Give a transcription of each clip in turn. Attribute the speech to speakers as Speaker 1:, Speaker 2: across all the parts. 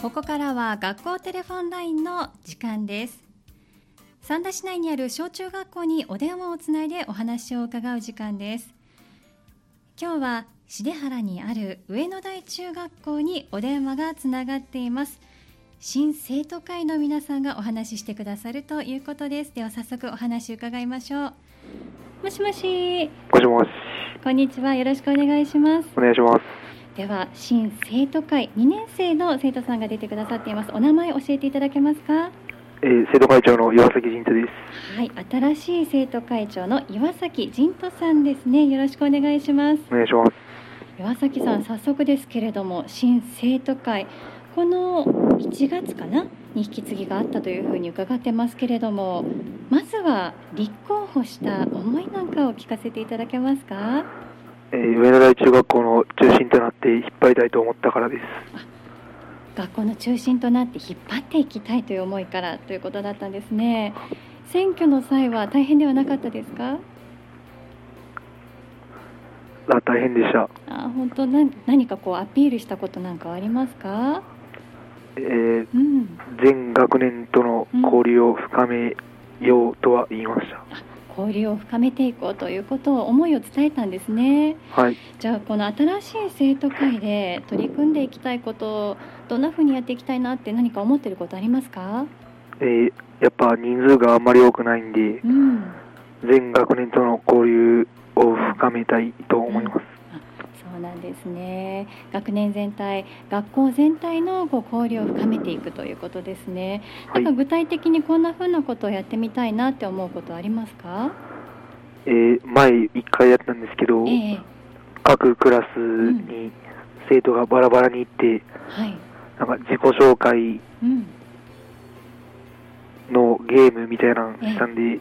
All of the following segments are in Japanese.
Speaker 1: ここからは学校テレフォンラインの時間です三田市内にある小中学校にお電話をつないでお話を伺う時間です今日は重原にある上野台中学校にお電話がつながっています新生徒会の皆さんがお話ししてくださるということですでは早速お話伺いましょうもしもし
Speaker 2: もしもし、
Speaker 1: こんにちはよろしくお願いします
Speaker 2: お願いします。
Speaker 1: では新生徒会2年生の生徒さんが出てくださっていますお名前教えていただけますか
Speaker 2: えー、生徒会長の岩崎仁太です。
Speaker 1: はい新しい生徒会長の岩崎仁人さんですねよろしくお願いします
Speaker 2: お願いします。
Speaker 1: 岩崎さん早速ですけれども新生徒会この1月かなに引き継ぎがあったというふうに伺ってますけれどもまずは立候補した思いなんかを聞かせていただけますか
Speaker 2: えー、上野台中学校の中心となって引っ張りたいと思ったからです。
Speaker 1: 学校の中心となって引っ張っていきたいという思いからということだったんですね選挙の際は大変ではなかったですか
Speaker 2: あ、大変でした。
Speaker 1: あ本当な何かこうアピールしたことなんかはありますか
Speaker 2: えー、
Speaker 1: うん
Speaker 2: 全学年との交流を深めようとは言いました。
Speaker 1: 交流を深めていこうということを思いを伝えたんですね
Speaker 2: はい。
Speaker 1: じゃあこの新しい生徒会で取り組んでいきたいことどんなふうにやっていきたいなって何か思ってることありますか
Speaker 2: えー、やっぱ人数があんまり多くないんで、
Speaker 1: うん
Speaker 2: 全学年との交流を深めたいと思います。
Speaker 1: そうなんですね学年全体学校全体のこう交流を深めていくということですねな
Speaker 2: は
Speaker 1: いんか。具体的にこんなふうなことをやってみたいなって思うことありますか
Speaker 2: えー、前一回やったんですけど、
Speaker 1: ええ
Speaker 2: 各クラスに生徒がバラバラに行って、
Speaker 1: はい
Speaker 2: なんか自己紹介
Speaker 1: うん
Speaker 2: のゲームみたいなのしたんで、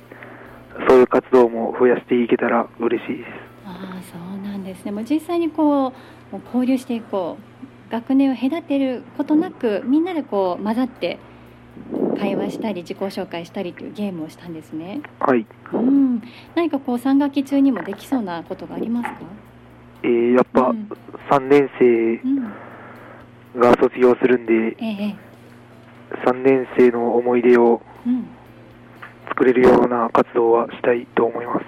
Speaker 2: そういう活動も増やしていけたら嬉しいです。
Speaker 1: ああそうなんですねもう実際にこうもう交流していこう学年を隔てることなくみんなでこう混ざって会話したり自己紹介したりというゲームをしたんですね、
Speaker 2: はい。
Speaker 1: うん、何かこう3学期中にもできそうなことがありますか、
Speaker 2: えー、やっぱ
Speaker 1: うん
Speaker 2: 3年
Speaker 1: うん、
Speaker 2: 生が卒業するんで、
Speaker 1: ええ
Speaker 2: 3年生の思い出を
Speaker 1: うん
Speaker 2: 作れるような活動はしたいと思います。
Speaker 1: で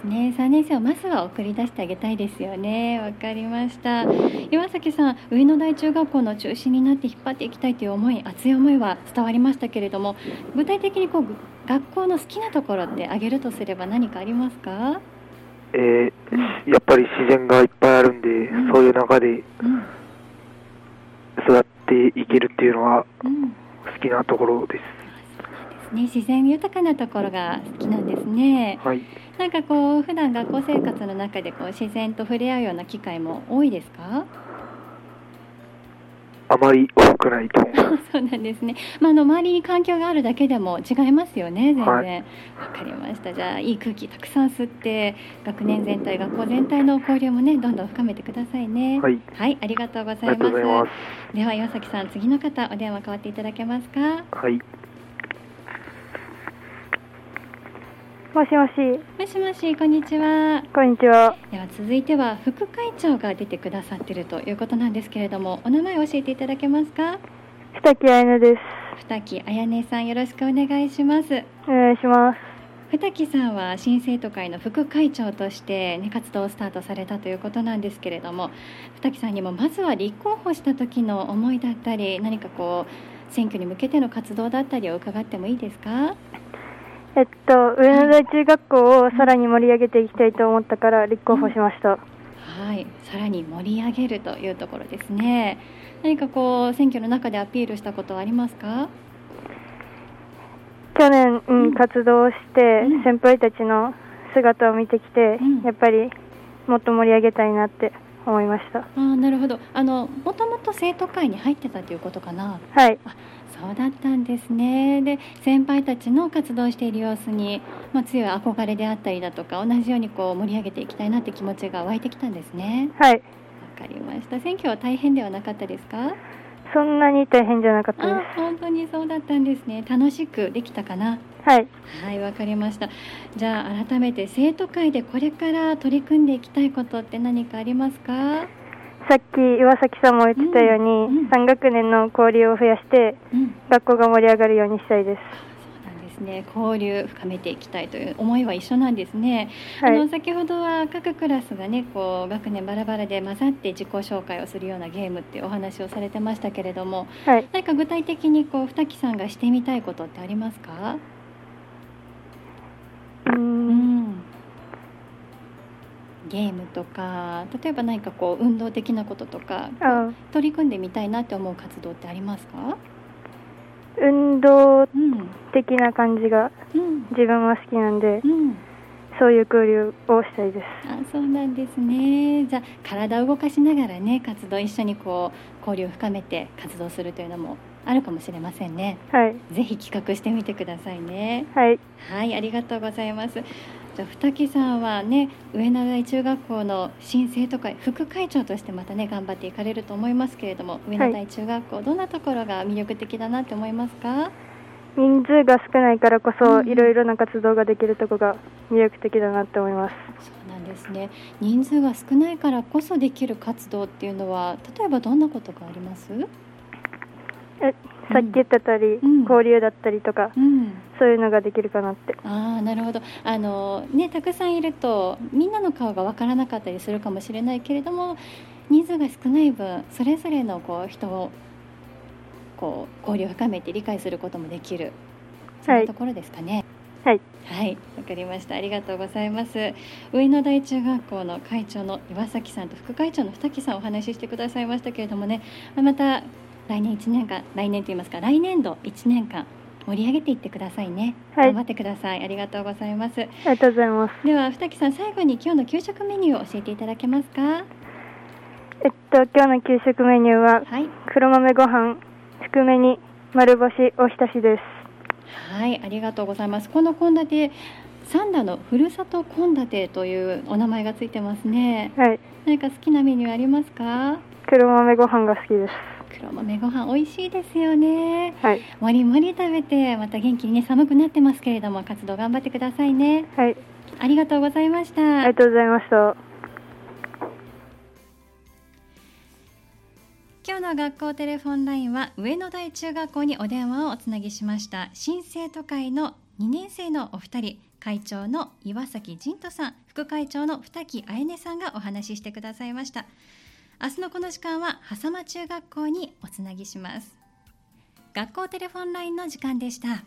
Speaker 1: すね3年生をまずは送り出してあげたいですよねわかりました岩崎さん上野台中学校の中心になって引っ張っていきたいという思い熱い思いは伝わりましたけれども具体的にこうぐ学校の好きなところって挙げるとすれば何かありますか、
Speaker 2: えーやっぱり自然がいっぱいあるんで、
Speaker 1: ん
Speaker 2: そういう中で
Speaker 1: うん
Speaker 2: 育っていけるっていうのは
Speaker 1: うん
Speaker 2: 好きなところです。
Speaker 1: ですね、自然豊かなところが好きなんですね
Speaker 2: はい。
Speaker 1: なんかこう普段学校生活の中でこう自然と触れ合うような機会も多いですか
Speaker 2: あまり多くないと思います。
Speaker 1: そうなんですね。まあ、あの周りに環境があるだけでも違いますよね。全然。わ、
Speaker 2: は
Speaker 1: かりました。じゃあ、いい空気たくさん吸って、学年全体、学校全体の交流もね、どんどん深めてくださいね。
Speaker 2: はい。
Speaker 1: はい、ありがとうご
Speaker 2: あ
Speaker 1: ざ
Speaker 2: り
Speaker 1: い
Speaker 2: がとうございま。
Speaker 1: ますす。では、岩崎さん、次の方、お電話代わっていただけますか。
Speaker 2: はい。
Speaker 3: もしもし、
Speaker 1: もしもし、こんにちは。
Speaker 3: こんにちは。
Speaker 1: では、続いては副会長が出てくださっているということなんですけれども、お名前を教えていただけますか。
Speaker 3: 下木愛乃です。
Speaker 1: 二木あやねさん、よろしくお願いします。
Speaker 3: お願いします。
Speaker 1: 二木さんは新生徒会の副会長として、ね、活動をスタートされたということなんですけれども二木さんにもまずは立候補した時の思いだったり何かこう選挙に向けての活動だったりを伺ってもいいですか
Speaker 3: えっと、上野台中学校をさらに盛り上げていきたいと思ったから立候補しました。
Speaker 1: はいさらに盛り上げるというところですね何かこう選挙の中でアピールしたことはありますか
Speaker 3: 去年、う
Speaker 1: うん
Speaker 3: ん、活動して
Speaker 1: うん
Speaker 3: 先輩たちの姿を見てきて
Speaker 1: うん、
Speaker 3: やっぱりもっと盛り上げたいなって思いました。
Speaker 1: あーなるほどあのもともと生徒会に入ってたということかな
Speaker 3: はい、
Speaker 1: そうだったんですねで先輩たちの活動している様子に、まあ、強い憧れであったりだとか同じようにこう盛り上げていきたいなって気持ちが湧いてきたんですね
Speaker 3: はい。
Speaker 1: わかりました選挙は大変ではなかったですか
Speaker 3: そんなに大変じゃなかったで
Speaker 1: あ本当にそうだったんですね楽しくできたかな
Speaker 3: す。はい、
Speaker 1: はいわかりましたじゃあ改めて生徒会でこれから取り組んでいきたいことって何かありますか
Speaker 3: さっき岩崎さんも言ってたように、
Speaker 1: うんうん
Speaker 3: 3学年の交流を増やして
Speaker 1: うん
Speaker 3: 学校が盛り上がるようにしたいです
Speaker 1: そうなんですね交流深めていきたいという思いは一緒なんですね、
Speaker 3: はい
Speaker 1: あの先ほどは各クラスがねこう学年バラバラで混ざって自己紹介をするようなゲームってお話をされてましたけれども
Speaker 3: はい
Speaker 1: 何か具体的にこう二木さんがしてみたいことってありますか
Speaker 3: うー
Speaker 1: うんんゲームとか例えば何かこう運動的なこととか
Speaker 3: あ
Speaker 1: 取り組んでみたいなって思う活動ってありますか
Speaker 3: 運動
Speaker 1: うん
Speaker 3: 的な感じが
Speaker 1: うん
Speaker 3: 自分は好きなんで
Speaker 1: うん
Speaker 3: そういう交流をしたいです
Speaker 1: あそうなんですねじゃあ体を動かしながらね活動一緒にこう交流を深めて活動するというのもあるかもしれませんね
Speaker 3: はい
Speaker 1: ぜひ企画してみてくださいね
Speaker 3: はい
Speaker 1: はいありがとうございますじゃあ二木さんはね上永井中学校の新生徒会副会長としてまたね頑張っていかれると思いますけれども上永井中学校、どんなところが魅力的だなって思いますか
Speaker 3: 人数が少ないからこそ
Speaker 1: うん
Speaker 3: いろいろな活動ができるとこが魅力的だなって思います
Speaker 1: そうなんですね人数が少ないからこそできる活動っていうのは例えばどんなことがあります
Speaker 3: えさっき言ってたり、
Speaker 1: うん
Speaker 3: 交流だったりとか
Speaker 1: うん
Speaker 3: そういうのができるかなって
Speaker 1: ああなるほどあのねたくさんいるとみんなの顔がわからなかったりするかもしれないけれども人数が少ない分それぞれのこう人をこう交流を深めて理解することもできるそん
Speaker 3: は
Speaker 1: ないところですかね
Speaker 3: はい
Speaker 1: はいわかりましたありがとうございます上野台中学校の会長の岩崎さんと副会長の二木さんお話ししてくださいましたけれどもねまた来年1年間来年と言いますか来年度1年間盛り上げていってくださいね、
Speaker 3: はい
Speaker 1: 頑張ってくださいありがとうございます
Speaker 3: ありがとうございます
Speaker 1: では二木さん最後に今日の給食メニューを教えていただけますか
Speaker 3: えっと今日の給食メニューは
Speaker 1: はい
Speaker 3: 黒豆ご飯含めに丸干しおひたしです
Speaker 1: はいありがとうございますこの献立サンダのふるさと献立というお名前がついてますね
Speaker 3: はい
Speaker 1: 何か好きなメニューありますか
Speaker 3: 黒豆ご飯が好きです
Speaker 1: 黒豆ご飯美味しいですよね
Speaker 3: はい
Speaker 1: もりもり食べてまた元気にね寒くなってますけれども活動頑張ってくださいね
Speaker 3: はい
Speaker 1: ありがとうございました
Speaker 3: ありがとうございました
Speaker 1: 今日の学校テレフォンラインは上野台中学校にお電話をおつなぎしました新生徒会の2年生のお二人会長の岩崎仁人さん副会長の二木あ音さんがお話ししてくださいました明日のこの時間は狭間中学校におつなぎします学校テレフォンラインの時間でした